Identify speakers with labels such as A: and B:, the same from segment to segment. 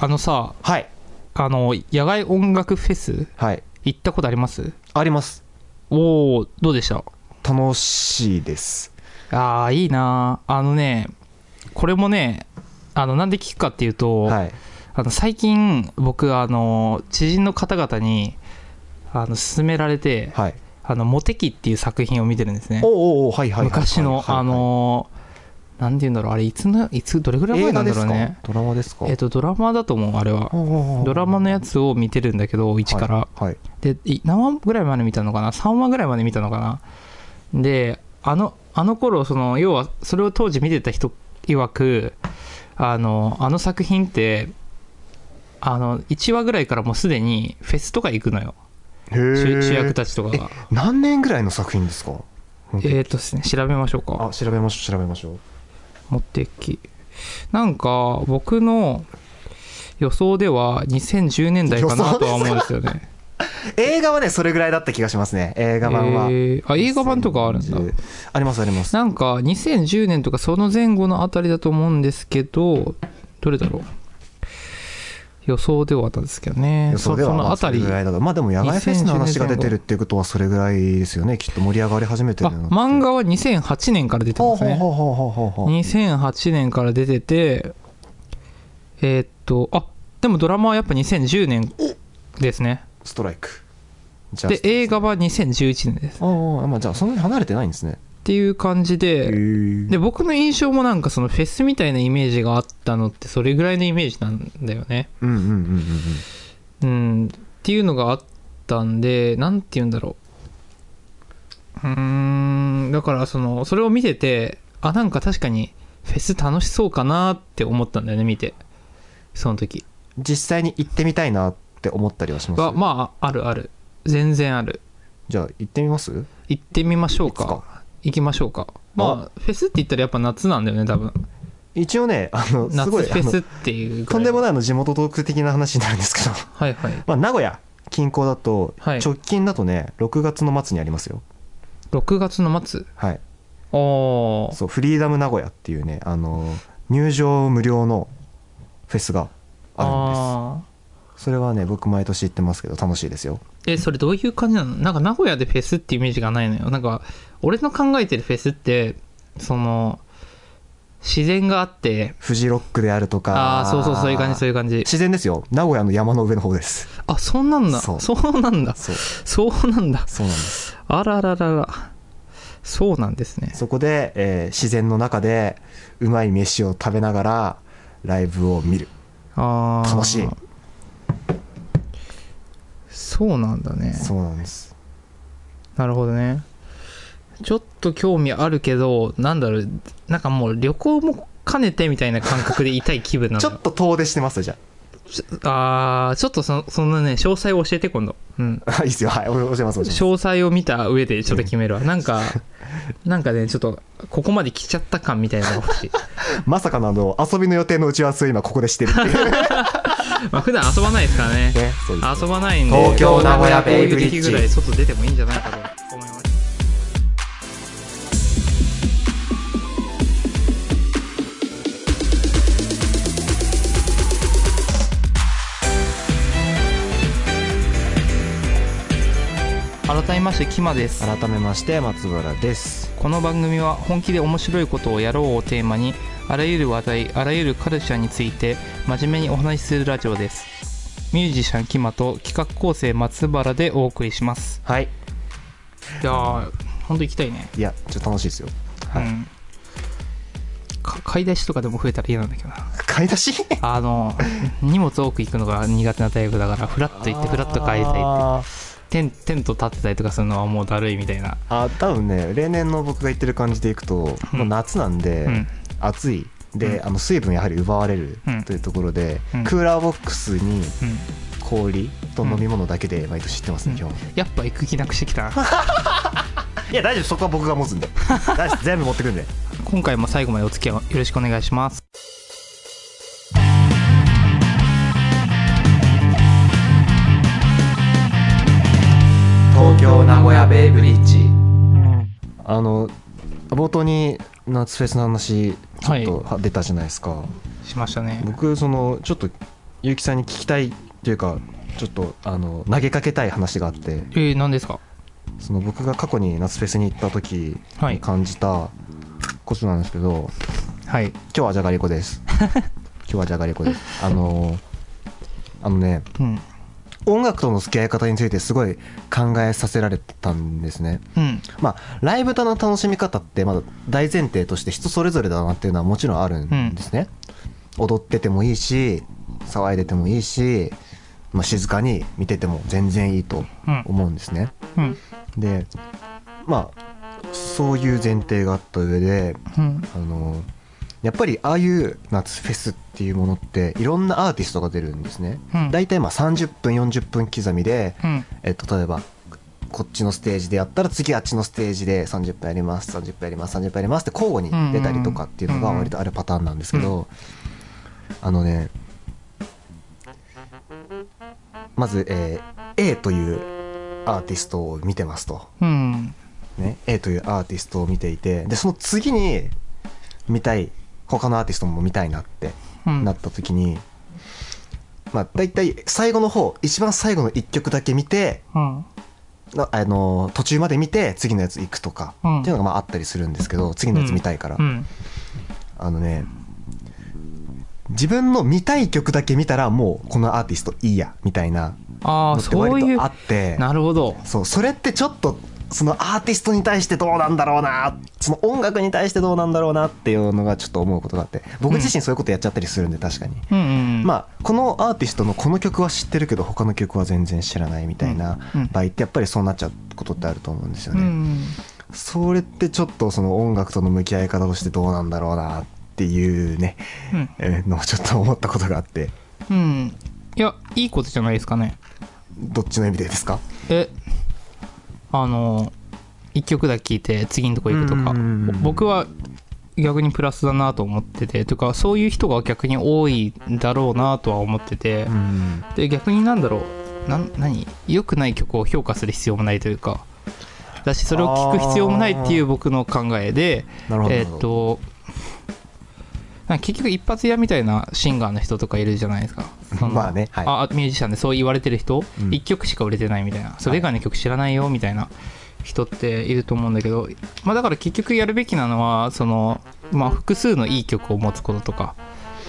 A: あのさ、
B: はい。
A: あの、野外音楽フェス
B: はい。
A: 行ったことあります
B: あります。
A: おおどうでした
B: 楽しいです。
A: ああ、いいなーあのね、これもね、あの、なんで聞くかっていうと、
B: はい。
A: あの最近、僕、あの、知人の方々に、あの、勧められて、
B: はい。
A: あの、モテキっていう作品を見てるんですね。
B: おうおうおうはいはいはい。
A: 昔の、
B: はいはい
A: あのー、なんて言うんだろう、あれ、いつの、いつ、どれぐらい前
B: 映
A: な
B: 画
A: んだ
B: で
A: ろ
B: す
A: う
B: か、
A: ね。
B: ドラマですか
A: えっ、と、ドラマだと思う、あれは。ド
B: ド
A: ラマのやつを見てるんだけど、一から。
B: はい。はい
A: でい何話ぐらいまで見たのかな3話ぐらいまで見たのかなであのあの頃その要はそれを当時見てた人曰くあのあの作品ってあの1話ぐらいからもうすでにフェスとか行くのよ
B: へー
A: 主主役たちとかが
B: 何年ぐらいの作品ですか本当に
A: えっ、とですね調べましょうか
B: あ、調べましょう、調べましょう。
A: モテキなんか僕の予想では2010年代かなとは思うんですよね
B: 映画はね、それぐらいだった気がしますね。映 画版は。
A: えーあ映画版とかあるんだ
B: 2010あります、あります。
A: なんか2010年とかその前後のあたりだと思うんですけど、どれだろう予想ではあったんですけどね。
B: 予想では
A: そその
B: まあ
A: あた
B: それ
A: り。
B: ぐら
A: あ、
B: いだとまあでも野外フェスの話が出てるっていうことはそれぐらいですよねきっと盛り上がり始めてるの
A: 漫画は2008年から出て
B: ほ
A: ま
B: う
A: す
B: ほう
A: ね。
B: ほうほうほうほうほう
A: 2008年から出てて、えーっと、あ、でもドラマはやっぱ2010年ですね。
B: ストライクじゃあ
A: で、映画は2011年です。っ
B: ああまあじゃあそんなに離れてないんですね
A: ていう感じ
B: へ
A: で、
B: ー
A: で、僕の印象もなんかそのフェスみたいなイメージがあったのってそれぐらいのイメージなんだよね。
B: うんうんうんうんうん
A: うん、っていうのがあったんで、なんて言うんだろう。うーん、だからその、それを見てて、あ、なんか確かにフェス楽しそうかなって思ったんだよね、見て。その時。
B: 実際に行ってみたいなって思ったりはします
A: は、まあ、あるある。全然ある。
B: じゃあ行ってみます
A: 行ってみましょう
B: いつ
A: か
B: か。
A: 行きましょうか。まあ、フェスって言ったらやっぱ夏なんだよね、多分。
B: 一応ねあのす
A: 夏
B: ご
A: フ
B: いあ
A: ェ
B: の
A: スっていうくら
B: とんでも
A: い。
B: ないあの地元トーク的な話になるんですけ ど
A: はいはい。
B: まあ名古屋近郊だと
A: はい
B: 直近だとね6月の末にありますよ
A: 6月の末。
B: はい
A: おー。
B: そうフリーダム名古屋っていうねあの入場無料のフェスがあ
A: あ
B: るんですそれはね僕毎年行ってますけど楽しいですよ
A: えそれどういう感じなのなんか名古屋でフェスってイメージがないのよなんか俺の考えてるフェスってその自然があって
B: フジロックであるとか
A: ああーそうそうそういう感じそういう感じ
B: 自然ですよ名古屋の山の上の方です
A: あそうなんだそ
B: そうう
A: なんだ
B: そう
A: そうなんだ
B: そうなんです
A: あららららそうなんですね
B: そこで、えー自然の中でうまい飯を食べながらライブを見る
A: ああ
B: 楽しい
A: そうなんだね
B: そうなんです
A: なるほどねちょっと興味あるけどなんだろうなんかもう旅行も兼ねてみたいな感覚でいたい気分なの
B: ちょ
A: よ
B: っと遠出してますじゃ
A: ちょあーちょっとそそのね詳細を教えて今度、うん、
B: あ いいですよはいお教えます教えます
A: 詳細を見た上でちょっと決めるわなんかなんかねちょっとここまで来ちゃった感みたいなのが欲しい、
B: まさかのあの遊びの予定の打ち合わせを今ここでしてるっていうね
A: まあ普段遊ばないですからね
B: ねそうですね
A: 遊ばないんで
B: 東京名古屋ベイブリッジ
A: こういう時ぐらい外出てもいいんじゃないかと思います改めましてキマです
B: 改めまして松原です
A: この番組は本気で面白いことをやろうをテーマにあらゆる話題あらゆるカルチャーについて真面目にお話しするラジオですミュージシャンキマと企画構成松原でお送りします
B: はい
A: いやーほんと行きたいね、
B: いやちょっと楽しいですよはい
A: うんか買い出しとかでも増えたら嫌なんだけどな
B: 買い出し
A: あの 荷物多く行くのが苦手なタイプだからフラッと行ってフラッと帰りたいって
B: あ
A: テンテント立てたりとかするのはもうだるいみたいな
B: ーあー多分ね例年の僕が言ってる感じでいくと、
A: うん
B: もう夏なんで、
A: うん
B: 暑いで、
A: う
B: あの水分やはり奪われる
A: うん
B: というところで、
A: うん
B: クーラーボックスに
A: うん
B: 氷と飲み物だけで毎年行ってますね、
A: うん
B: 今日
A: やっぱ行く気なくしてきたない
B: や大丈夫そこは僕が持つんで大丈夫全部持ってくんで
A: 今回も最後までお付き合いをよろしくお願いします
B: 東京名古屋ベイブリッジあの冒頭に夏フェスの話ちょっと出たじゃないですか、
A: しましたね
B: 僕そのちょっと結城さんに聞きたいというかちょっとあの投げかけたい話があって
A: えー、何ですか
B: その僕が過去に夏フェスに行った時
A: は
B: に
A: い
B: 感じたことなんですけど、
A: はい
B: 今日はじゃがりこです今日はじゃがりこですあのあのね
A: うん
B: 音楽との付き合い方についてすごい考えさせられたんですね
A: うん
B: まあライブとの楽しみ方ってまだ大前提として人それぞれだなっていうのはもちろんあるんですね、踊っててもいいし騒いでてもいいし、まあ、静かに見てても全然いいと
A: うん
B: 思うんですね、
A: うん
B: でまあそういう前提があった上で
A: うん
B: あのやっぱりああいう夏フェスっていうものっていろんなアーティストが出るんですね、
A: うん
B: 大体まあ30分40分刻みで、
A: うん
B: えっと、例えばこっちのステージでやったら次あっちのステージで30分やります30分やります30分やりますって交互に出たりとかっていうのが
A: うんうん
B: 割とあるパターンなんですけど、あのねまず、えー A というアーティストを見てますと。
A: うん
B: ね、A というアーティストを見ていてでその次に見たい他のアーティストも見たいなって
A: うん
B: なった時に、まあ大体最後の方一番最後の1曲だけ見て
A: うん
B: なあの途中まで見て次のやつ行くとか、
A: うん
B: っていうのがまああったりするんですけど次のやつ見たいから、
A: うん
B: あのね自分の見たい曲だけ見たらもうこのアーティストいいやみたいな
A: ああ
B: のって
A: そう
B: 割
A: いう
B: とあって
A: なるほど
B: そうそれってちょっとそのアーティストに対してどうなんだろうなその音楽に対してどうなんだろうなっていうのがちょっと思うことがあって僕自身そういうことやっちゃったりするんで確かに、
A: うんうんうん
B: まあこのアーティストのこの曲は知ってるけど他の曲は全然知らないみたいな
A: うんうん
B: 場合ってやっぱりそうなっちゃうことってあると思うんですよ
A: う
B: ね、
A: ん
B: それってちょっとその音楽との向き合い方としてどうなんだろうなっていうね
A: うん
B: えーのをちょっと思ったことがあって
A: うんいやいいことじゃないですかね
B: どっちの意味でですか
A: えあの1曲だけ聴いて次のとこ行くとか
B: うんうんうん
A: 僕は逆にプラスだなと思っててとかそういう人が逆に多いだろうなとは思ってて、
B: ん
A: で逆になんだろうなん何良くない曲を評価する必要もないというかだしそれを聞く必要もないっていう僕の考えで
B: なるほど
A: えーっとなんか結局一発屋みたいなシンガーの人とかいるじゃないですかその
B: まあねはい
A: あミュージシャンでそう言われてる人、
B: うん
A: 1曲しか売れてないみたいなそれ以外の曲知らないよみたいな人っていると思うんだけど、まあ、だから結局やるべきなのはその、まあ、複数のいい曲を持つこととかだか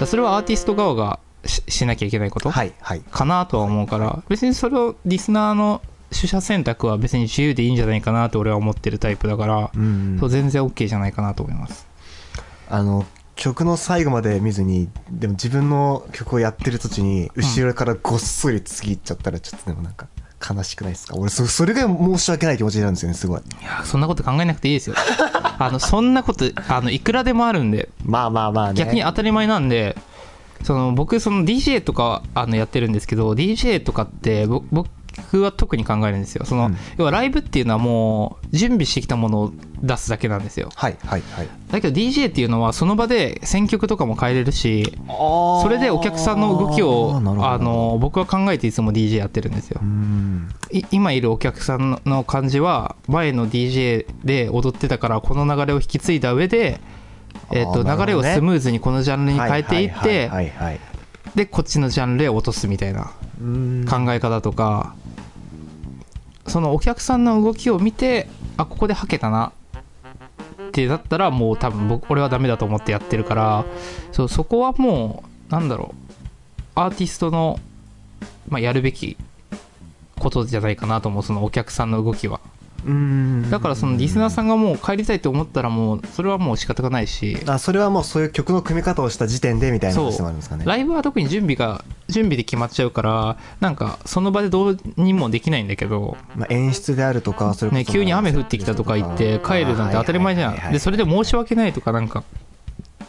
A: らそれはアーティスト側がししなきゃいけないこと
B: はいはい
A: かなとは思うから別にそれをリスナーの取捨選択は別に自由でいいんじゃないかなと俺は思ってるタイプだから、
B: うん
A: そう全然 OK じゃないかなと思います
B: あの曲の最後まで見ずにでも自分の曲をやってる途中に後ろからごっそり次行っちゃったらちょっとでもなんか悲しくないですか俺そそれが申し訳ない気持ちになるんですよねすごい
A: いやそんなこと考えなくていいですよ あのそんなことあのいくらでもあるんで
B: まあまあまあね
A: 逆に当たり前なんでその僕その DJ とかあのやってるんですけど DJ とかってぼ僕は特に考えるんですよその、
B: うん
A: 要はライブっていうのはもう準備してきたものを出すだけなんですよ
B: はいはいはい
A: だけど DJ っていうのはその場で選曲とかも変えれるしそれでお客さんの動きを
B: なるほど
A: あの僕は考えていつも DJ やってるんですよ
B: うん
A: い今いるお客さんの感じは前の DJ で踊ってたからこの流れを引き継いだ上で、えっと
B: あーなるほど
A: 流
B: ね
A: れをスムーズにこのジャンルに変えていっ
B: はい
A: て
B: はいはいはいはい
A: でこっちのジャンルへ落とすみたいな
B: うん
A: 考え方とかそのお客さんの動きを見てあここではけたなってなったらもう多分僕俺はダメだと思ってやってるからそうそこはもうなんだろうアーティストの、まあ、やるべきことじゃないかなと思うそのお客さんの動きは
B: うん
A: だからそのリスナーさんがもう帰りたいと思ったらもうそれはもう仕方がないし
B: あそれはもうそういう曲の組み方をした時点でみたいな
A: そう
B: 話もあるんですかね
A: ライブは特に準備が準備で決まっちゃうからなんかその場でどうにもできないんだけど
B: まあ、演出であるとかそれこそ
A: ね、急に雨降ってきたとか言って帰るなんて当たり前じゃ
B: はいはいはいは
A: ん
B: い
A: でそれで申し訳ないとかなんか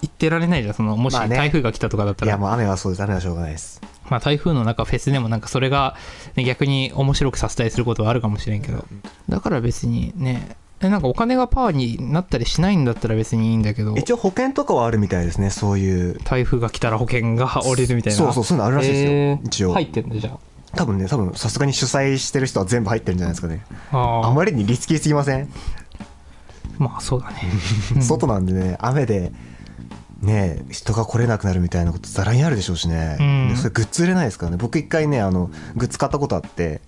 A: 言ってられないじゃんそのもし
B: まあね
A: 台風が来たとかだった
B: い
A: ら、
B: や
A: まあ
B: もう雨はそうです雨はしょうがないです
A: 台風の中フェスでもなんかそれが、ね、逆に面白くさせたりすることはあるかもしれんけどだから別にねえなんかお金がパーになったりしないんだったら別にいいんだけど
B: 一応保険とかはあるみたいですねそういう
A: 台風が来たら保険が折れるみたいな
B: そうそうそういうのあるらしいですよ、
A: へー
B: 一応、
A: 入ってんだじゃ
B: 多分ね多分さすがに主催してる人は全部入ってるんじゃないですかね
A: ああ
B: あ
A: あ
B: まりにリスキーすぎません、
A: まあそうだねうん
B: 外なんでね雨でねえ人が来れなくなるみたいなことざらにあるでしょうしね、
A: うん
B: でそれグッズ売れないですからね僕一回ねあのグッズ買ったことあって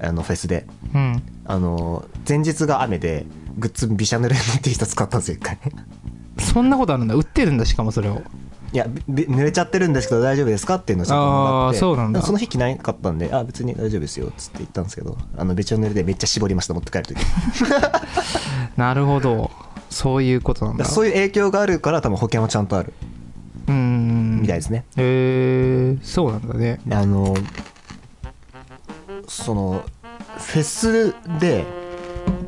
B: あのフェスで
A: うん
B: あの前日が雨でグッズびしゃ濡れの T シャツ買ったんですよ一回
A: そんなことあるんだ売ってるんだしかもそれを
B: いやびび濡れちゃってるんですけど大丈夫ですかっていうのをちょっともらっ
A: あ
B: て
A: ーそうなんだ
B: その日着なかったんであ別に大丈夫ですよっつって言ったんですけどあのべちゃ濡れでめっちゃ絞りました持って帰る時
A: なるほどそういうことなんだ
B: そういう影響があるから多分保険はちゃんとある
A: うーん
B: みたいですね、
A: えー、そうなんだね
B: あのそのフェスで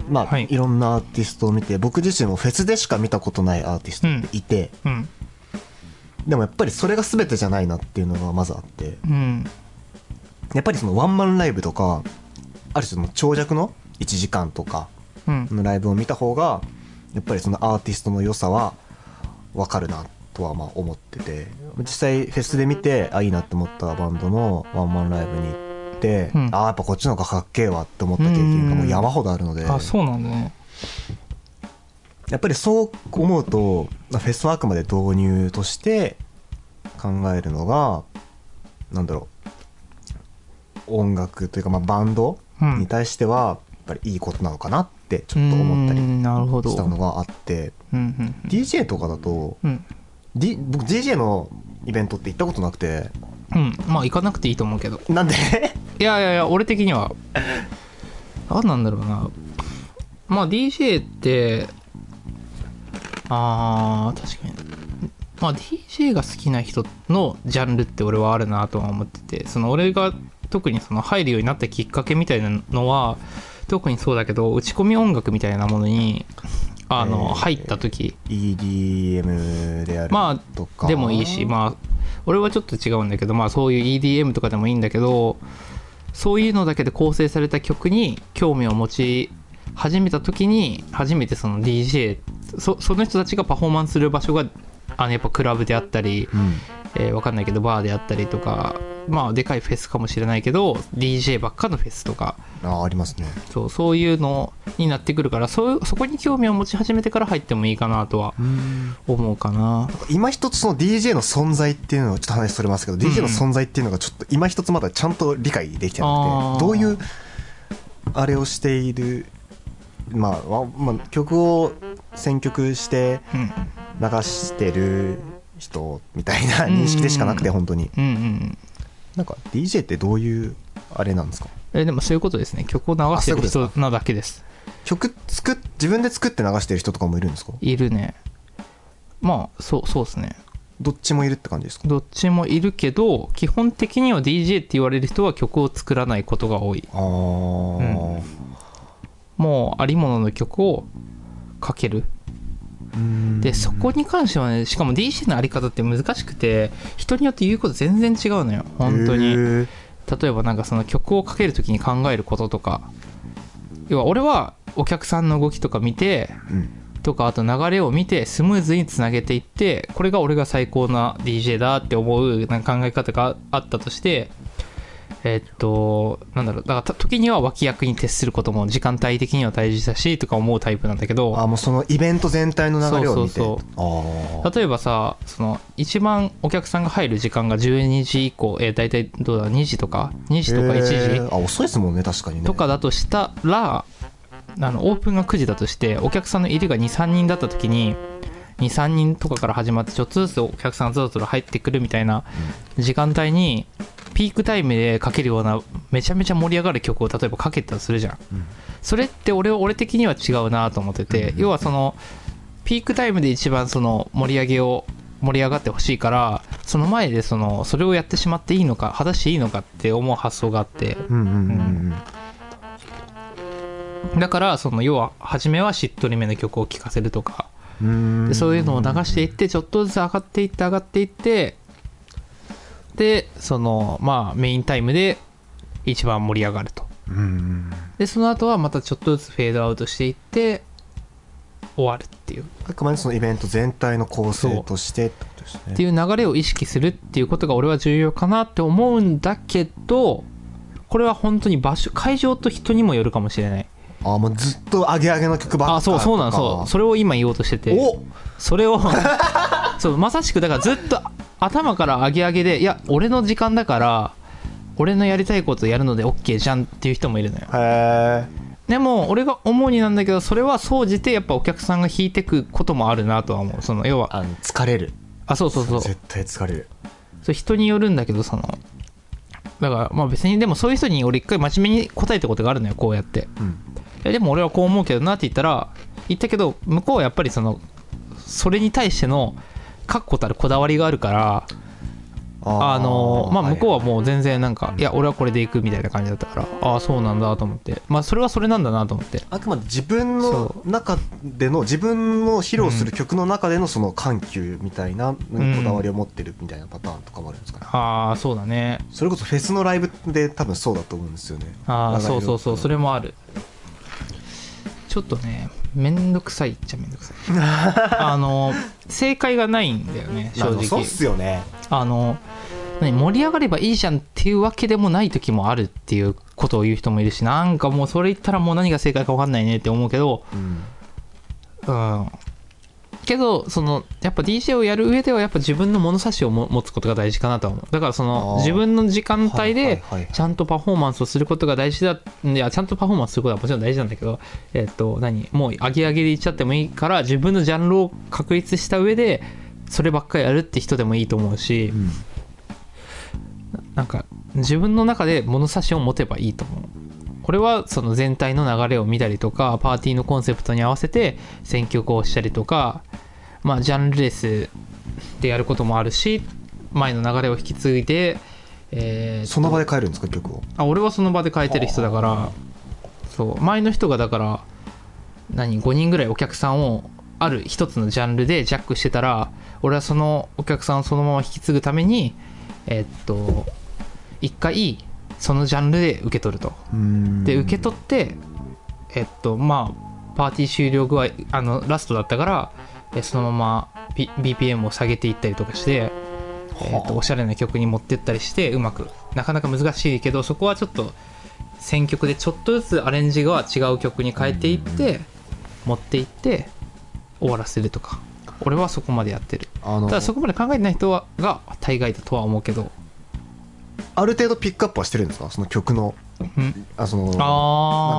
B: まあ、、
A: はいい
B: ろんなアーティストを見て僕自身もフェスでしか見たことないアーティストっていて、
A: うん
B: でもやっぱりそれが全てじゃないなっていうのがまずあって
A: うん
B: やっぱりそのワンマンライブとかある種の長尺の1時間とか
A: うん
B: のライブを見た方がやっぱりそのアーティストの良さは分かるなとはまあ思ってて実際フェスで見てあいいなって思ったバンドのワンマンライブに行って、
A: うん
B: ああやっぱこっちの方がかっけえわって思った経験がもう山ほどあるので
A: あそうなんだね
B: やっぱりそう思うとまあフェスはあくまで導入として考えるのがなんだろう音楽というかまあバンド
A: うん
B: に対してはやっぱりいいことなのかなってちょっと思ったり
A: うーんなるほど
B: したのがあって
A: うんうん
B: DJ とかだと、
A: うん
B: D、僕 DJ のイベントって行ったことなくて
A: うんまあ行かなくていいと思うけど
B: な んで
A: いやいやいや俺的には何なんだろうなまあ DJ ってあー確かにまあ DJ が好きな人のジャンルって俺はあるなとは思っててその俺が特にその入るようになったきっかけみたいなのは特にそうだけど打ち込み音楽みたいなものにあ
B: えー
A: の入った時、
B: EDM である
A: ま
B: とか、
A: あでもいいしまあ俺はちょっと違うんだけどまあそういう EDM とかでもいいんだけどそういうのだけで構成された曲に興味を持ち始めた時に初めてその DJ そその人たちがパフォーマンスする場所があのやっぱクラブであったり、
B: うん
A: えーわかんないけどバーであったりとかまあでかいフェスかもしれないけど DJ ばっかのフェスとか
B: あありますね
A: そうそういうのになってくるからそうそこに興味を持ち始めてから入ってもいいかなとは思うかな。
B: 今一つその DJ の存在っていうのをちょっと話それますけど、DJ の存在っていうのがちょっと今一つまだちゃんと理解できてな
A: あー
B: くてどういうあれをしているまあ、わまあ、曲を選曲して
A: うん
B: 流してる人みたいな認識でしかなくて
A: うん
B: 本当に
A: うんうん
B: なんか DJ ってどういうあれなんですか
A: えでもそういうことですね曲を流してる人なだけです
B: 曲作っ自分で作って流してる人とかもいるんですか
A: いるねまあそうそうですね
B: どっちもいるって感じですか
A: どっちもいるけど基本的には DJ って言われる人は曲を作らないことが多い
B: あー
A: もうありものの曲をかける
B: うん
A: でそこに関してはねしかも DJ のあり方って難しくて人によって言うこと全然違うのよ本当
B: へ
A: に
B: ー
A: 例えばなんかその曲をかけるときに考えることとか要は俺はお客さんの動きとか見て
B: うん
A: とかあと流れを見てスムーズにつなげていってこれが俺が最高な DJ だって思うなんか考え方があったとしてえっとなんだろうだからた時には脇役に徹することも時間帯的には大事だしとか思うタイプなんだけど
B: あもうそのイベント全体の流れを見て
A: そうそう
B: あー
A: 例えばさその一番お客さんが入る時間が12時以降、えー、大体どうだ2時とか2時とか1時、
B: へーあ遅いですもんね確かにね
A: とかだとしたらあのオープンが9時だとしてお客さんの入りが23人だった時に23人とかから始まってちょっとずつお客さんがぞろぞろ入ってくるみたいな時間帯にピークタイムでかけるようなめちゃめちゃ盛り上がる曲を例えばかけたとするじゃん、
B: うん
A: それって俺俺的には違うなと思ってて、要はそのピークタイムで一番その盛り上げを盛り上がってほしいからその前でそのそれをやってしまっていいのか果たしていいのかって思う発想があって、
B: うんうんうんうん
A: だからその要は初めはしっとりめの曲を聴かせるとか
B: うーん
A: でそういうのを流していってちょっとずつ上がっていって上がっていってでそのまあメインタイムで一番盛り上がると
B: うんうん
A: でその後はまたちょっとずつフェードアウトしていって終わるっていう
B: あくまでそのイベント全体の構成としてってことです
A: っ
B: ね
A: ていう流れを意識するっていうことが俺は重要かなって思うんだけどこれは本当に場所会場と人にもよるかもしれない
B: あーもうずっとアゲアゲの曲ばっか
A: あそうそうなの
B: とか
A: そうそれを今言おうとしてて
B: お
A: それをそうまさしくだからずっと頭から上げ上げでいや俺の時間だから俺のやりたいことやるので OK じゃんっていう人もいるのよ
B: へえ
A: でも俺が主になんだけどそれは総じてやっぱお客さんが引いてくこともあるなとは思うその要は
B: あの疲れる
A: あそうそうそう
B: 絶対疲れる
A: それ人によるんだけどそのだからまあ別にでもそういう人に俺一回真面目に答えたことがあるのよこうやって
B: うん
A: いやでも俺はこう思うけどなって言ったら言ったけど向こうはやっぱりそのそれに対しての確固たるこだわりがあるからあのまあ向こうはもう全然なんかいや俺はこれでいくみたいな感じだったからああそうなんだと思ってまあそれはそれなんだなと思って
B: あくまで自分
A: そ
B: の中での自分の披露する曲の中でのその緩急みたいなこ
A: ん
B: だわりを持ってるみたいなパターンとかもあるんですかね、
A: ああそうだね
B: それこそフェスのライブで多分そうだと思うんですよね
A: ああそうそうそうそれ
B: も
A: もあるちょっとねめんどくさいっちゃめんどくさい あの正解がないんだよね正直
B: そうっすよね
A: あの何盛り上がればいいじゃんっていうわけでもない時もあるっていうことを言う人もいるしなんかもうそれ言ったらもう何が正解か分かんないねって思うけど
B: うん
A: うんけどそのやっぱ DJ をやる上ではやっぱ自分の物差しをも持つことが大事かなとは思うだからそ
B: あ
A: の
B: ー
A: 自分の時間帯
B: はい
A: で
B: はいはい
A: ちゃんとパフォーマンスをすることが大事だいやちゃんとパフォーマンスすることはもちろん大事なんだけどえっと何もう上げ上げでいっちゃってもいいから自分のジャンルを確立した上でそればっかりやるって人でもいいと思うし、
B: うん
A: なんか自分の中で物差しを持てばいいと思うこれはその全体の流れを見たりとかパーティーのコンセプトに合わせて選曲をしたりとかまあジャンルレスでやることもあるし前の流れを引き継いで、えー
B: その場で変えるんですか曲を
A: あ俺はその場で変えてる人だからそう前の人がだから何5人ぐらいお客さんをある一つのジャンルでジャックしてたら俺はそのお客さんをそのまま引き継ぐためにえっと一回そのジャンルで受け取るとで受け取ってえっとまあパーティー終了具合あのラストだったからえそのまま、B、BPM を下げていったりとかして、えっとおしゃれな曲に持ってったりしてうまくなかなか難しいけどそこはちょっと選曲でちょっとずつアレンジが違う曲に変えていって持っていって終わらせるとか俺はそこまでやってる
B: あの
A: ただそこまで考えてない人はが大概だとは思うけど、
B: ある程度ピックアップはしてるんですかその曲の
A: うん、
B: あそのなん
A: あ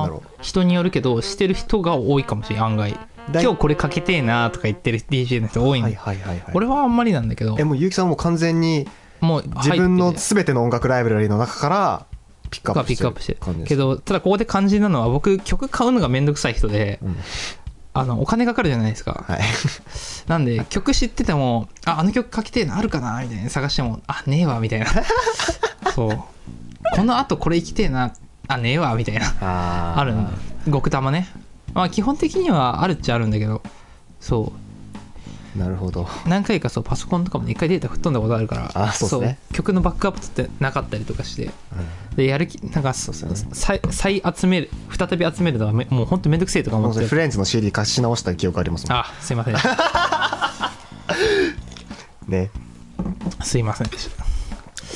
B: だろ
A: あ人によるけどしてる人が多いかもしれん案外
B: だい
A: 今日これかけてえなとか言ってる DJ の人多いん
B: はい
A: で
B: はいはいはい
A: 俺はあんまりなんだけど
B: えもう結城さんもう完全に
A: もう
B: 自分
A: 入っ
B: の
A: てて
B: 全ての音楽ライブラリの中からピックアッ
A: が
B: プ
A: ピ
B: し
A: ッ
B: て
A: クア
B: る
A: ップして
B: 感じです
A: けどただここで肝心なのは僕曲買うのがめんどくさい人で
B: うん
A: あのお金かかるじゃないですか
B: はい
A: なんで曲知っててもああの曲書きてえのあるかなみたいな探してもあねえわみた いなそうこのあとこれ行きてえなあねえわみたいな
B: あー
A: あるんだ極玉ねまあ基本的にはあるっちゃあるんだけどそう
B: なるほど
A: 何回かそうパソコンとかもね一回データ吹っ飛んだことあるから
B: あそうっすね
A: そう曲のバックアップ取ってなかったりとかしてでやる気なんかそうそう再再集める再び集めるのがめもう本当めんどくせえとか
B: も
A: 思っ
B: うそれ
A: て
B: フレンズの CD 貸し直した記憶ありますも
A: あすいません
B: んね
A: すいませんでした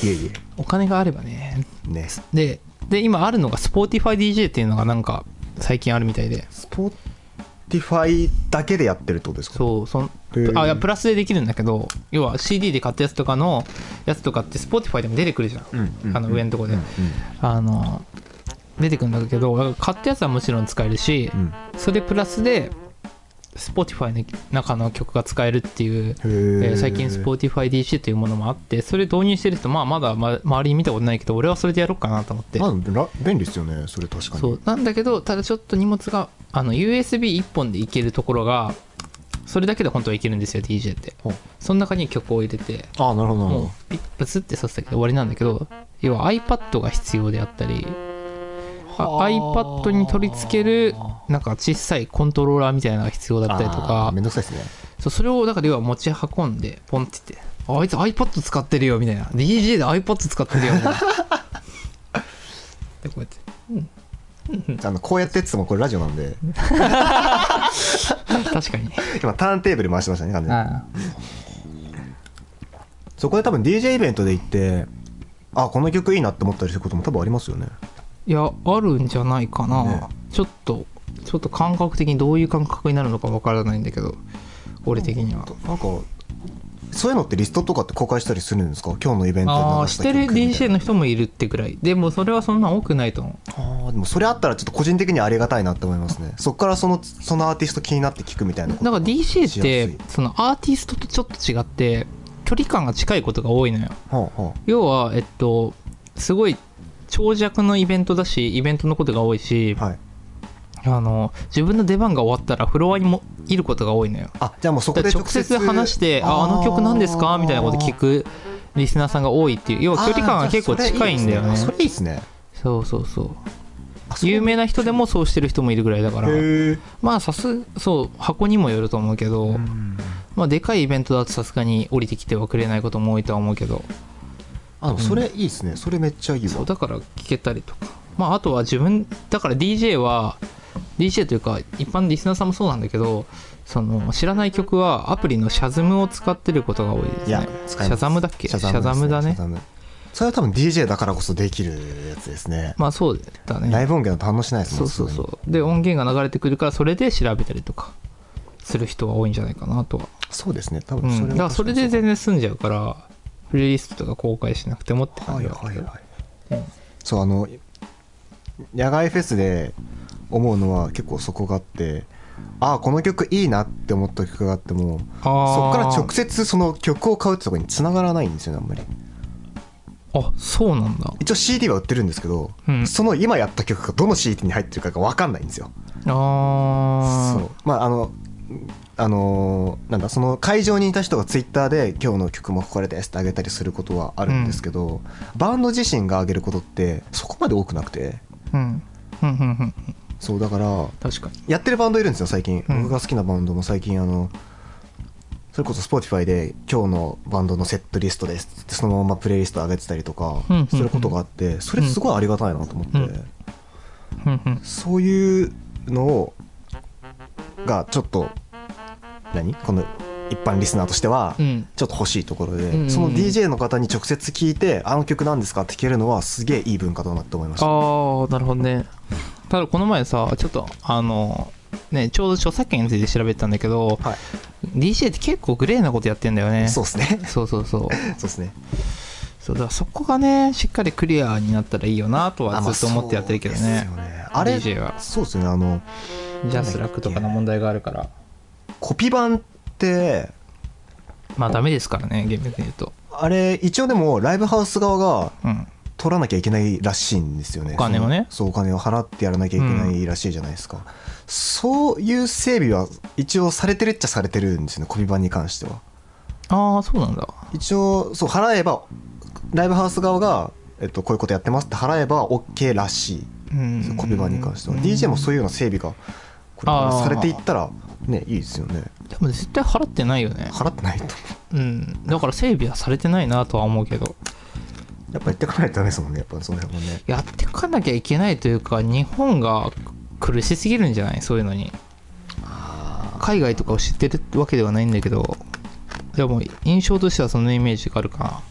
B: いえい
A: お金があればね
B: えね
A: でで今あるのが SpotifyDJ っていうのがなんか最近あるみたいで
B: スポティファイだけでやってるってことですか
A: そうそん
B: へえ
A: あいやプラスでできるんだけど要は CD で買ったやつとかのやつとかって Spotify でも出てくるじゃん、
B: うんうん
A: あの上のとこで、
B: う
A: あの出てくるんだけど買ったやつはもちろん使えるし、
B: んうん
A: それプラスで Spotify の中の曲が使えるっていう、
B: へ
A: え
B: ー
A: ー最近 SpotifyDC というものもあってそれ導入してる人、まあ、まだ、ま、周りに見たことないけど俺はそれでやろうかなと思って、
B: まあら便利ですよねそれ確かに
A: そうなんだけどただちょっと荷物があの USB1 本でいけるところがそれだけで本当はいけるんですよ DJ って
B: ほう
A: その中に曲を入れて
B: あなるほどなるほ
A: もうピッブツってさせたけど終わりなんだけど要は iPad が必要であったりあ
B: はあ
A: iPad に取り付けるなんか小さいコントローラーみたいなのが必要
B: ど
A: だったりと
B: あ
A: か
B: ーめんどくさいですね
A: そうそれをだから要は持ち運んでポンって言って「ああいつ iPad 使ってるよ」みたいな「DJ で iPad 使ってるよ」みたい なでこうやって
B: あのこうやってっつってもこれラジオなんで
A: 確かに
B: 今ターンテーブル回してましたね完全に
A: あ
B: そこで多分 DJ イベントで行ってあこの曲いいなって思ったりすることも多分ありますよね
A: いやあるんじゃないかな、
B: ね
A: ちょっとちょっと感覚的にどういう感覚になるのかわからないんだけど俺的には
B: なんかそういうのってリストとかって公開したりするんですか今日のイベントに
A: ああ
B: 流
A: ーし
B: した
A: てる
B: 曲みた
A: DJ
B: いな
A: の人もいるってぐらいでもそれはそんな多くないと思
B: あーでもそれあったらちょっと個人的にありがたいなって思いますねそっからそのそのアーティスト気になって聞くみたいな
A: う
B: こと
A: だから DJ っ
B: しや
A: て
B: すい
A: そのアーティストとちょっと違って距離感が近いことが多いのよ
B: はあは
A: 要はえっとすごい長尺のイベントだしイベントのことが多いし、
B: あはい
A: あの自分の出番が終わったらフロアにもいることが多いのよ
B: あじゃあもうそこ
A: だか
B: で
A: ら直接話して「ああの曲何ですか?」みたいなこと聞くリスナーさんが多いっていう要は距離感が結構近いんだよね
B: あーじゃあそれいいですね
A: そうそうそう
B: あそれいい
A: 有
B: ですね
A: 名な人でもそうしてる人もいるぐらいだから
B: へえ
A: まあさすそう箱にもよると思うけど、まあでかいイベントだとさすがに降りてきてはくれないことも多いとは思うけど
B: あでもそれいいですねそれめっちゃいい
A: そ
B: わ
A: うだから聞けたりとかまああとは自分だから DJ は DJ というか一般のリスナーさんもそうなんだけどその知らない曲はアプリのシャズムを使ってることが多いです
B: いや
A: ねシャザムだっけシャザム,、だね
B: それは多分 DJ だからこそできるやつですね、
A: まあそうだね
B: ライブ音源だと反応しないです
A: そ
B: も
A: うんそうそ
B: す
A: うで音源が流れてくるからそれで調べたりとかする人は多いんじゃないかなとは、
B: ぐにそうですね多
A: う
B: 分
A: ん、
B: それ
A: だからそれで
B: 全
A: 全然済んじゃうからプレイリストとか公開しなくてもって感
B: は
A: じ
B: い
A: だけ
B: はい
A: ど
B: はいそうあの野外フェスで思うのは結構そこがあってああこの曲いいなって思った曲があってもそこ
A: あ
B: から
A: ー
B: 直接その曲を買うってとこに繋がらないんですよねあんまり
A: あそうなんだ
B: 一応 CD は売ってるんですけど、
A: うん
B: その今やった曲がどの CD に入ってるかが分かんないんですよ
A: あ
B: そうまああのあのーなんだその会場にいた人がツイッターで今日の曲もこれですってあげたりすることはあるんですけど、バンド自身があげることってそこまで多くなくて
A: あうんうんうんうん
B: そうだから
A: 確かに
B: やってるバンドいるんですよ最近、
A: うん
B: 僕が好きなバンドも最近あのそれこそ Spotify で今日のバンドのセットリストですってそのままプレイリスト上げてたりとか
A: うんうんうん
B: することがあってそれすごいありがたいなと思って、
A: うんうんうん
B: そういうのをがちょっと何この一般リスナーとしては
A: うん
B: ちょっと欲しいところで、
A: うんうん
B: その DJ の方に直接聞いて「あの曲なんですか?」って聞けるのはすげえいい文化だなって思いました
A: ああなるほどねただこの前さちょっとあのねちょうど著作権について調べてたんだけど
B: はい
A: DJ って結構グレーなことやってんだよね
B: そうですね
A: そうそうそう
B: そうですね
A: そうだからそこがねしっかりクリアになったらいいよなとは
B: まあ
A: ずっと思ってやってるけどね,、
B: そうですよねあれ
A: DJ は
B: そうですよねあの
A: ジャスラックとかの問題があるから
B: コピー版って
A: まあダメですからね厳密に言うと
B: あれ一応でもライブハウス側が
A: うん
B: 取らなきゃいけないらしいんですよね
A: お金をね
B: そのそうお金を払ってやらなきゃいけないらしいじゃないですか、そういう整備は一応されてるっちゃされてるんですよねコピバンに関しては
A: ああそうなんだ
B: 一応そう払えばライブハウス側が、えっと、こういうことやってますって払えば OK らしい
A: うん
B: コピバンに関しては、DJ もそういうような整備がこれか
A: あ
B: ら
A: ー
B: されていったらねいいですよね
A: でも絶対払ってないよね
B: 払ってないと
A: うんだから整備はされてないなとは思うけど
B: やっぱやってかないとダメですもんねやっぱその辺もね
A: やってかなきゃいけないというか日本が苦しすぎるんじゃないそういうのに海外とかを知ってるわけではないんだけどでも印象としてはそのイメージがあるか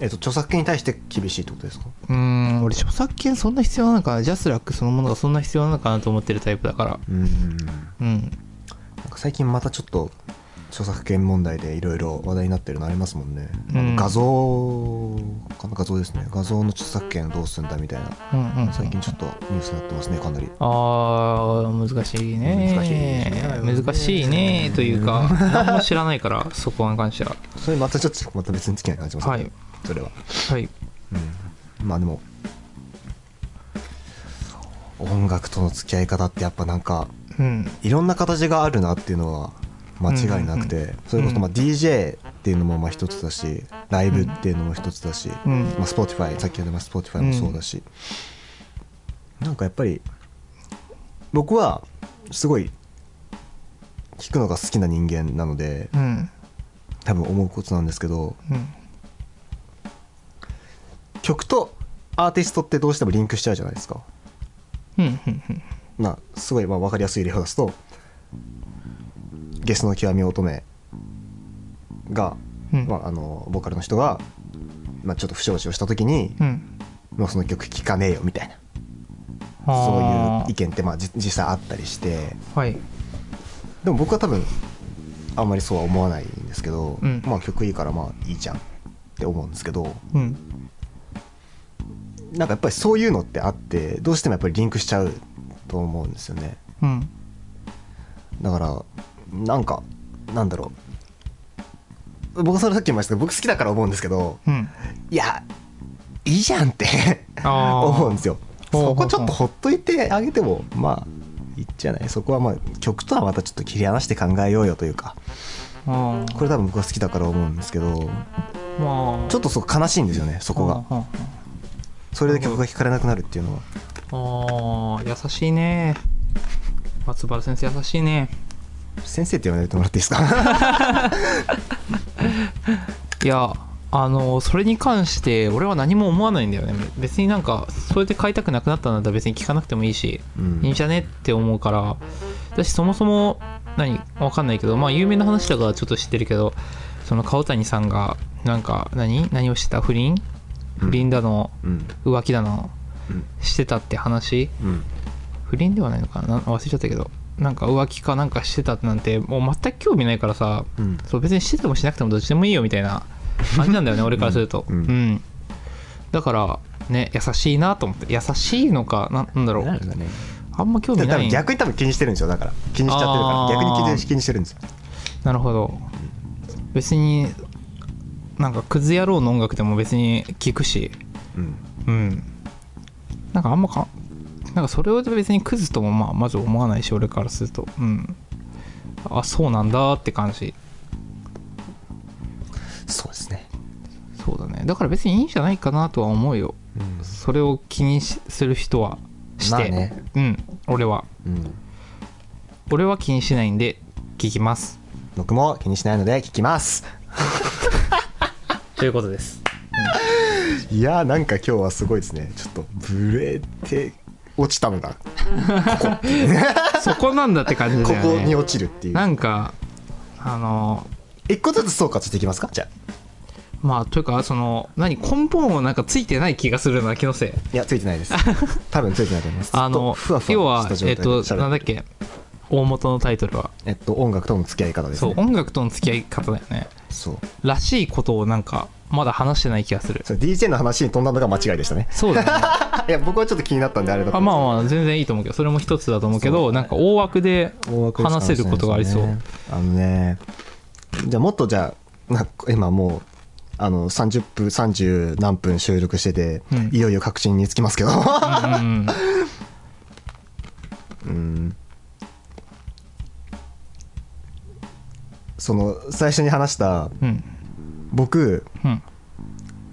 B: えっと著作権に対して厳しいってことですか
A: なうーん俺著作権そんな必要なのかなジャスラックそのものがそんな必要なのかなと思ってるタイプだから
B: うん
A: うん
B: なんか最近またちょっと著作権問題でいろいろ話題になってるのありますもんね、あの
A: うん
B: 画像かな画像ですね画像の著作権どうすんだみたいな
A: うんうんうん
B: 最近ちょっとニュースになってますねかなり
A: あー難しいね
B: 難しいね
A: 難しいねという か何も知らないからそこに関しては
B: それまたちょっとまた別に付き合いになっちゃいます
A: はい
B: それは
A: はい
B: まあでも音楽との付き合い方ってやっぱなんか
A: うん
B: いろんな形があるなっていうのは間違いなくて、それこそまあ DJ っていうのもまあ一つだしライブっていうのも一つだし、
A: うん
B: まあ、Spotify さっき言った Spotify もそうだし、なんかやっぱり僕はすごい聞くのが好きな人間なので
A: うん
B: 多分思うことなんですけど
A: うん
B: 曲とアーティストってどうしてもリンクしちゃうじゃないですか。
A: うんうんうん
B: まあ、すごいまあ分かりやすい例を出すと「ゲスの極み乙女が」
A: うん
B: まあ、あのボーカルの人が、まあ、ちょっと不祥事をした時に、
A: うん
B: もうその曲聴かねえよみたいな
A: あ
B: そういう意見ってまあじ実際あったりして
A: ーはい
B: でも僕は多分あんまりそうは思わないんですけど、
A: うん
B: まあ曲いいからまあいいじゃんって思うんですけど
A: うん
B: なんかやっぱりそういうのってあってどうしてもやっぱりリンクしちゃうと思うんですよね
A: うん
B: だからなんかなんだろう僕それさっき言いましたけど僕好きだから思うんですけど
A: うん
B: いやいいじゃんって
A: あー
B: 思うんですよ
A: ほうほ
B: そう
A: ほ
B: こ
A: う
B: ちょっとほっといてあげてもまあいいんじゃないそこはまあ曲とはまたちょっと切り離して考えようよというか
A: あ
B: これ多分僕は好きだから思うんですけど
A: ーまあ
B: ちょっとそう悲しいんですよねそこが
A: あ
B: それで曲が聴かれなくなるっていうのは
A: あー優しいね松原先生優しいね
B: 先生って言われてもらっていいで すか
A: いやあのそれに関して俺は何も思わないんだよね別になんかそれで買いたくなくなったんだったら別に聞かなくてもいいし
B: うん
A: いいんじゃねって思うから私そもそも何わかんないけどまあ有名な話だからちょっと知ってるけどその川谷さんがなんか何何をしてた不倫
B: う
A: 不
B: ん
A: 倫だの
B: うん
A: 浮気だの
B: うん
A: してたって話
B: うん
A: 不倫ではないのかなな忘れちゃったけどなんか浮気かなんかしてたなんてもう全く興味ないからさ
B: うん
A: そう別にしててもしなくてもどっちでもいいよみたいな感じなんだ よね俺からすると
B: うん
A: うんだからね優しいなと思って優しいのかななんだろう
B: かね
A: あんま興
B: 多
A: 味ない
B: 分逆に多分気にしてるんですよだから気にしちゃってるから
A: あー
B: 逆に気にし気にしてるんですよ
A: なるほど別になんかクズ野郎の音楽でも別に聞くし
B: うん
A: うんなんかあんまかなんかそれを別にクズともまあまず思わないし俺からするとうんあそうなんだって感じ
B: そうですね
A: そうだねだから別にいいんじゃないかなとは思うよそれを気にしする人はして、
B: まあね
A: うん俺は
B: うん
A: 俺は気にしないんで聞きます
B: 僕も気にしないので聞きます
A: ということです
B: いやーなんか今日はすごいですねちょっとブレて落ちたのが
A: そこなんだって感じ
B: こ
A: だよね
B: こに落ちるってい
A: な
B: うん
A: かあの
B: 一個ずつ総括していきますかじゃあ
A: まあというかその何根本をなんかついてない気がするな気のせい
B: いやついてないです 多分ついてないと思います
A: あ
B: ずっと
A: の
B: ふわふ
A: 要
B: わし
A: は
B: た状
A: えっ
B: 態で
A: と
B: 喋
A: なん
B: る
A: だっけ大元のタイトルは、
B: えっと音楽との付き合い方です
A: そう
B: ね
A: 音楽との付き合い方だよね
B: そう
A: らしいことをなんかまだ話してない気がする
B: そう DJ の話に飛んだのが間違いで したね
A: そうだよね
B: いや僕はちょっと気になったんであれだと
A: あ
B: 思
A: ま
B: う
A: あまあ全然いいと思うけどそれも一つだと思うけど
B: そう
A: なんか大枠で話せることがありそう
B: あのねじゃあもっとじゃあな今もうあの30分30何分収録してて、
A: うん
B: いよいよ確信につきますけど
A: うん
B: うんその最初に話した
A: うん
B: 僕
A: うん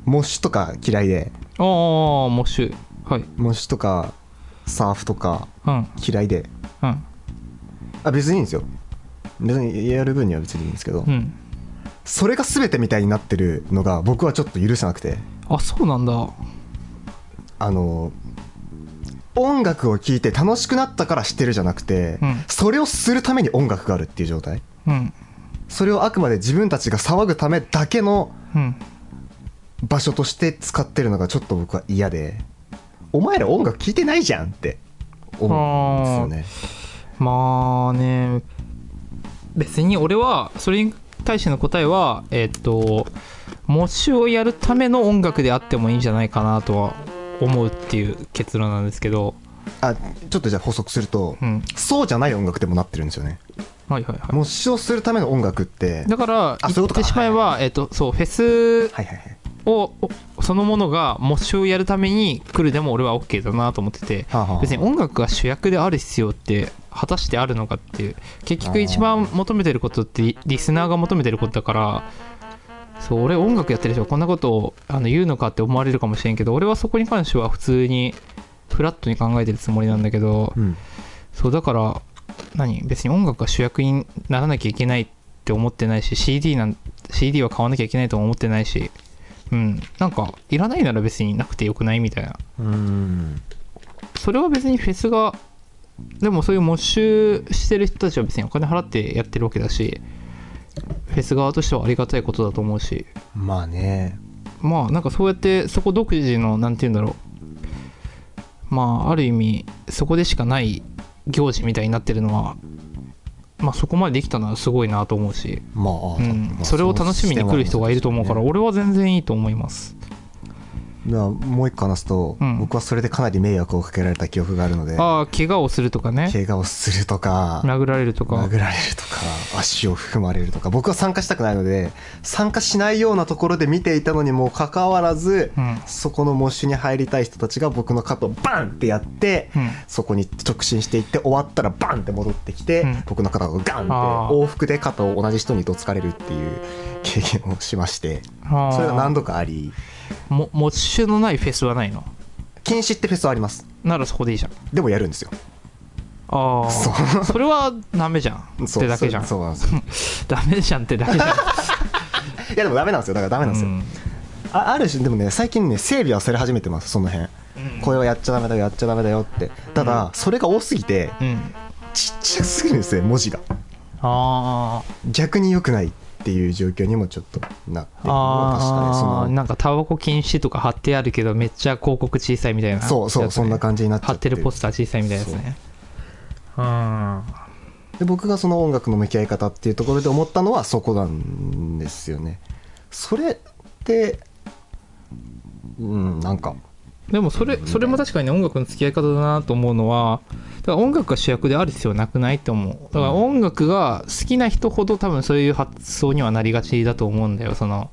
B: モッシュとか嫌いで
A: ああもしはい
B: モッシュとかサーフとか
A: うん
B: 嫌いで
A: うん
B: あ別にいいんですよ別にやる分には別にいいんですけど、
A: うん
B: それが全てみたいになってるのが僕はちょっと許せなくて
A: あそうなんだ
B: あの音楽を聴いて楽しくなったからしてるじゃなくて、
A: うん
B: それをするために音楽があるっていう状態
A: うん
B: それをあくまで自分たちが騒ぐためだけの
A: うん
B: 場所として使ってるのがちょっと僕は嫌でお前ら音楽聴いてないじゃんって思うんですよね
A: まあね別に俺はそれに対しての答えはえっ、と模試をやるための音楽であってもいいんじゃないかなとは思うっていう結論なんですけど
B: あちょっとじゃあ補足すると、
A: うん
B: そうじゃない音楽でもなってるんですよね
A: はいはいは
B: 模試をするための音楽って
A: いだから
B: あ
A: 言っ
B: そういうことか
A: てしまえばえっ、とそうフェス
B: はいはいはい
A: をおそのものが模試をやるために来るでも俺は OK だなと思ってて
B: はあはあはあ
A: 別に音楽が主役である必要って果たしてあるのかっていう結局一番求めてることってリリスナーが求めてることだからそう俺音楽やってる人はこんなことをあの言うのかって思われるかもしれんけど俺はそこに関しては普通にフラットに考えてるつもりなんだけど
B: うん
A: そうだから何別に音楽が主役にならなきゃいけないって思ってないし CD, なん CD は買わなきゃいけないとも思ってないしうんなんかいらないなら別になくてよくないみたいな
B: うん
A: それは別にフェスがでもそういう募集してる人たちは別にお金払ってやってるわけだしフェス側としてはありがたいことだと思うし
B: まあね
A: まあなんかそうやってそこ独自のなんて言うんだろうまあある意味そこでしかない行事みたいになってるのはまあ、そこまでできたのはすごいなと思うし、
B: まあ、
A: うん
B: まあ
A: それを楽しみに来る人がいると思うから、
B: そのシ
A: 俺は全然いいと思います。
B: ステムなんですよねなもう一個話すと、
A: うん
B: 僕はそれでかなり迷惑をかけられた記憶があるので
A: ああ、怪我をするとかね、
B: 怪我をするとか
A: 殴られるとか、
B: 殴られるとか足を踏まれるとか僕は参加したくないので参加しないようなところで見ていたのにもかかわらず、
A: うん
B: そこの喪主に入りたい人たちが僕の肩をバンってやって、
A: うん
B: そこに直進していって終わったらバンって戻ってきて、
A: うん
B: 僕の肩をガンって
A: あー
B: 往復で肩を同じ人にどつかれるっていう経験をしまして
A: ああ
B: それが何度かあり
A: も持ち手のないフェスはないの
B: 禁止ってフェスはあります
A: ならそこでいいじゃん。
B: でもやるんですよ
A: ああ、
B: そ
A: それはダメじゃんっ
B: そう
A: てだけじゃん。
B: そうそうなんですよ
A: ダメじゃんってだけじゃん。
B: いやでもダメなんですよだからダメなんですよ、
A: うん
B: あある種でもね最近ね整備はされ始めてますその辺、これはやっちゃダメだよやっちゃダメだよってただ、それが多すぎて
A: うん、
B: ちっちゃすぎるんですね文字が
A: あ
B: 逆に良くないっていう状況にもちょっとなってる
A: ー
B: のは確かにそ
A: あー
B: の
A: なんかタバコ禁止とか貼ってあるけどめっちゃ広告小さいみたいな
B: そうそう
A: やつ
B: そんな感じになっちゃ
A: 貼
B: っ
A: ってて
B: る
A: るポスター小さいみたいなやつねうんあ
B: で僕がその音楽の向き合い方っていうところで思ったのはそこなんですよねそれってうんなんか
A: でもそれそれも確かに音楽の付き合い方だなと思うのはだから音楽が主役である必要なくないって思うだから音楽が好きな人ほど多分そういう発想にはなりがちだと思うんだよその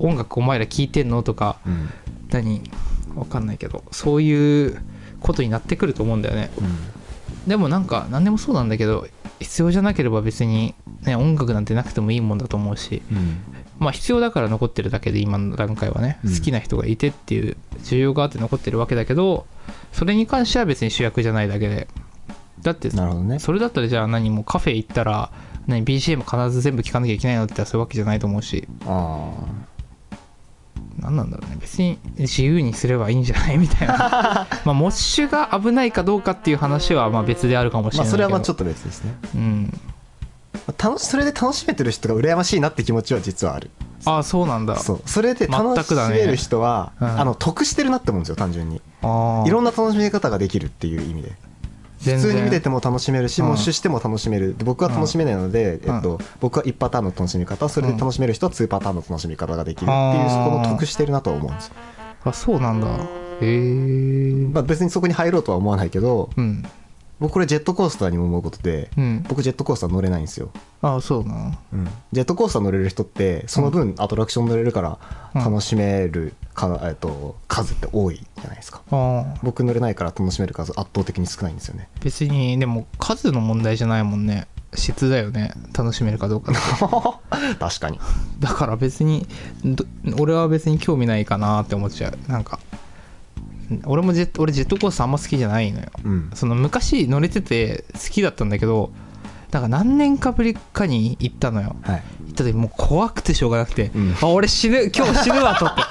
A: 音楽お前ら聴いてんのとか
B: うん
A: 何わかんないけどそういうことになってくると思うんだよねでもなんか何でもそうなんだけど必要じゃなければ別に、ね、音楽なんてなくてもいいもんだと思うし
B: うん
A: まあ必要だから残ってるだけで今の段階はね、
B: うん
A: 好きな人がいてっていう需要があって残ってるわけだけどそれに関しては別に主役じゃないだけでだって
B: なるほどね
A: それだったらじゃあ何もカフェ行ったら何 BGM 必ず全部聴かなきゃいけないのって言ったらそういうわけじゃないと思うし
B: ああ
A: 何なんだろうね別に自由にすればいいんじゃないみたいな まあモッシュが危ないかどうかっていう話はまあ別であるかもしれ
B: ま
A: ない
B: あ
A: け
B: そ
A: ど、
B: れはまあちょっと別ですね
A: うん
B: まあ楽しそれで楽しめてる人が羨ましいなって気持ちは実はある
A: ああそうなんだ
B: そうそれで楽
A: 全く
B: し
A: だね
B: める人は、
A: うん
B: あの得してるなって思うんですよ単純に
A: ああ
B: いろんな楽しみ方ができるっていう意味で普
A: 全然
B: 通に見てても楽しめるし、
A: うん
B: モッシュしても楽しめるで僕は楽しめないので、
A: ん
B: えっと、僕は1パターンの楽しみ方それで楽しめる人は2パターンの楽しみ方ができるっていう、
A: うん
B: そこの得してるなとは思うんですよ、
A: あそうなんだへえ
B: まあ、別にそこに入ろうとは思わないけど
A: うん
B: 僕これジェットコースターにも思うことで、
A: うん
B: 僕ジェットコースター乗れないんですよ
A: ああそうなの
B: ジェットコースター乗れる人ってその分アトラクション乗れるから
A: うん
B: 楽しめるか、えっと、数って多いじゃないですか
A: ああ
B: 僕乗れないから楽しめる数圧倒的に少ないんですよ ね
A: 別にでも数の問題じゃないもんね質だよね楽しめるかどうかって
B: 確かに
A: だから別にど俺は別に興味ないかなって思っちゃうなんかうん俺もジェット俺ジェットコースターあんま好きじゃないのよ
B: うん
A: その昔乗れてて好きだったんだけどなんか何年かぶりかに行ったのよ
B: はい
A: 行った時もう怖くてしょうがなくて、
B: ん
A: あ俺死ぬ今日死ぬわと思って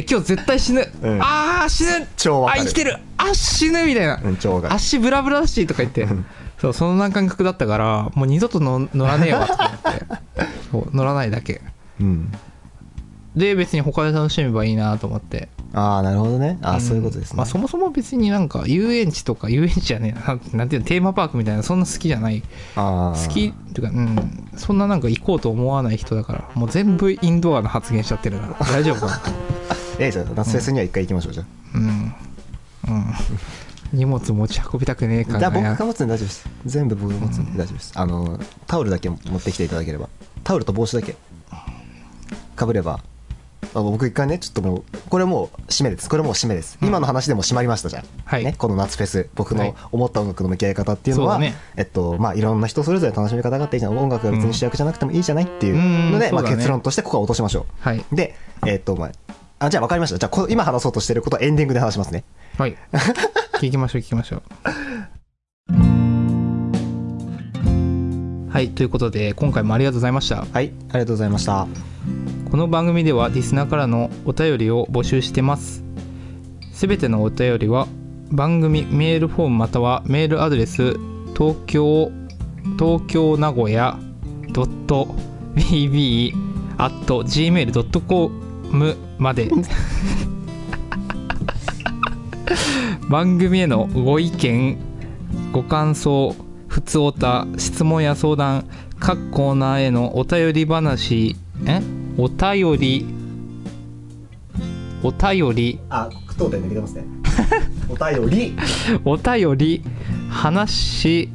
A: え今日絶対死ぬ、
B: うん
A: あー死ぬ
B: 超わかる
A: あ生きてるあ死ぬみたいな、
B: うん超わかる
A: 足ブラブラだしとか言ってそうそんな感覚だったからもう二度との乗らねえわと思って そう乗らないだけ
B: うん
A: で別に他で楽しめばいいなと思って
B: ああなるほどねあー、
A: ん
B: そういうことですね、
A: まあ、そもそも別になんか遊園地とか遊園地じゃねえななんていうのテーマパークみたいなそんな好きじゃない
B: あー
A: 好きとかうんそんななんか行こうと思わない人だからもう全部インドアの発言しちゃってるな大丈 夫かな
B: えーじゃあ夏フェスには一回行きましょうじゃ
A: うんうん荷物持ち運びたくねえ
B: あ、
A: か
B: じゃ
A: ら
B: あ僕
A: ね
B: が持つんで大丈夫です全部僕が持つんで大丈夫です、あのタオルだけ持ってきていただければタオルと帽子だけかぶればあ僕一回ねちょっともうこれもう締めですこれもう締めです、
A: うん
B: 今の話でも締まりましたじゃん、
A: はい
B: ね、この夏フェス僕
A: はい
B: の思った音楽の向き合い方っていうのは
A: そうだね
B: えっとまあ、いろんな人それぞれ楽しみ方があっていいじゃん音楽が別に主役じゃなくてもいいじゃないっていう
A: うん
B: ので、
A: うん
B: まあ、
A: そうだね
B: 結論としてここは落としましょう、
A: はい
B: でえっとまああじゃあ分かりましたじゃあこ今話そうとしてることはエンディングで話しますね
A: はい 聞きましょう聞きましょうはいということで今回もありがとうございました
B: はいありがとうございました
A: この番組ではリスナーからのお便りを募集してますすべてのお便りは番組メールフォームまたはメールアドレス東京東京名古屋 .bb gmail.com まで 番組へのご意見ご感想ふつおた質問や相談各コーナーへのお便り話えお便りお便り
B: あ、句読点抜けてます ね。お便り。
A: お便り話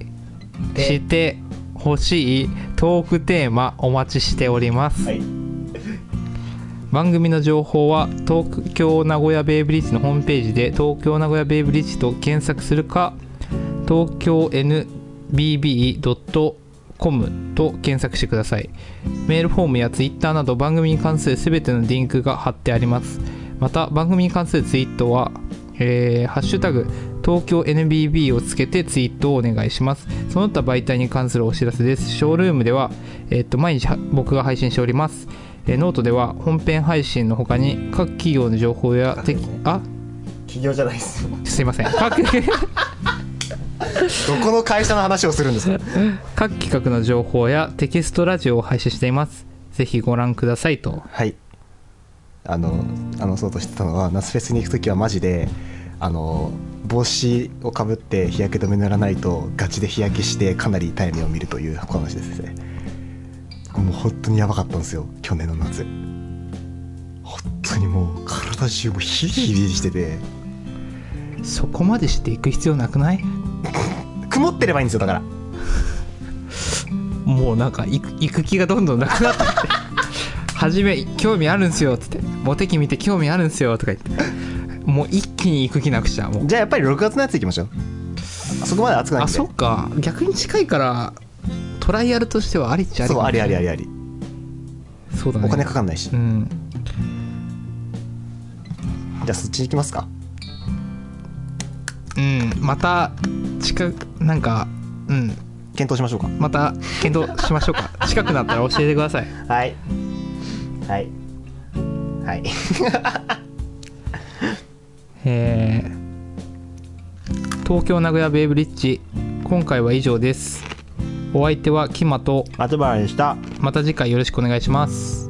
B: で
A: してほしいトークテーマお待ちしております、
B: はい。
A: 番組の情報は東京名古屋ベイブリッジのホームページで東京名古屋ベイブリッジと検索するか東京 NBB.com と検索してくださいメールフォームやツイッターなど番組に関する全てのリンクが貼ってありますまた番組に関するツイートは「えーハッシュタグ東京 NBB」をつけてツイートをお願いしますその他媒体に関するお知らせですショールームでは、えーっと毎日は僕が配信しております、えーノートでは本編配信の他に各企業の情報やてきあ
C: 企業じゃないですよ
A: すいません各
B: どこの会社の話をするんですか。
A: 各企画の情報やテキストラジオを配信していますぜひご覧くださいと
B: はい。あの、あの、そうとしてたのは、ナスフェスに行くときはマジで。あの、帽子をかぶって日焼け止め塗らないと、ガチで日焼けして、かなり痛い目を見るというお話ですね。もう本当にやばかったんですよ、去年の夏。本当にもう、体中もうヒリヒリしてて。
A: そこまでしていく必要なくない
B: 曇ってればいいんですよ、だから。
A: もうなんか行く行く気がどんどんなくなってきて初め興味あるんすよ」っつって「モテ期見て興味あるんすよ」とか言ってもう一気に行く気なくちゃもう
B: じゃあやっぱり6月のやついきましょうあそこまで暑くないん
A: あ
B: で
A: そっか逆に近いからトライアルとしてはありっちゃあり
B: そうありありあ
A: り
B: りあり
A: そうだね
B: お金かかんないし、
A: う
B: じ
A: ん
B: ゃあそっち行きますか
A: うんまた近くなんかうん
B: 検討しましょうか
A: また検討しましょうか近くなったら教えてください
B: はいはいはい
A: えー東京名古屋ベイブリッジ今回は以上ですお相手はキマと
B: 松原でした
A: また次回よろしくお願いします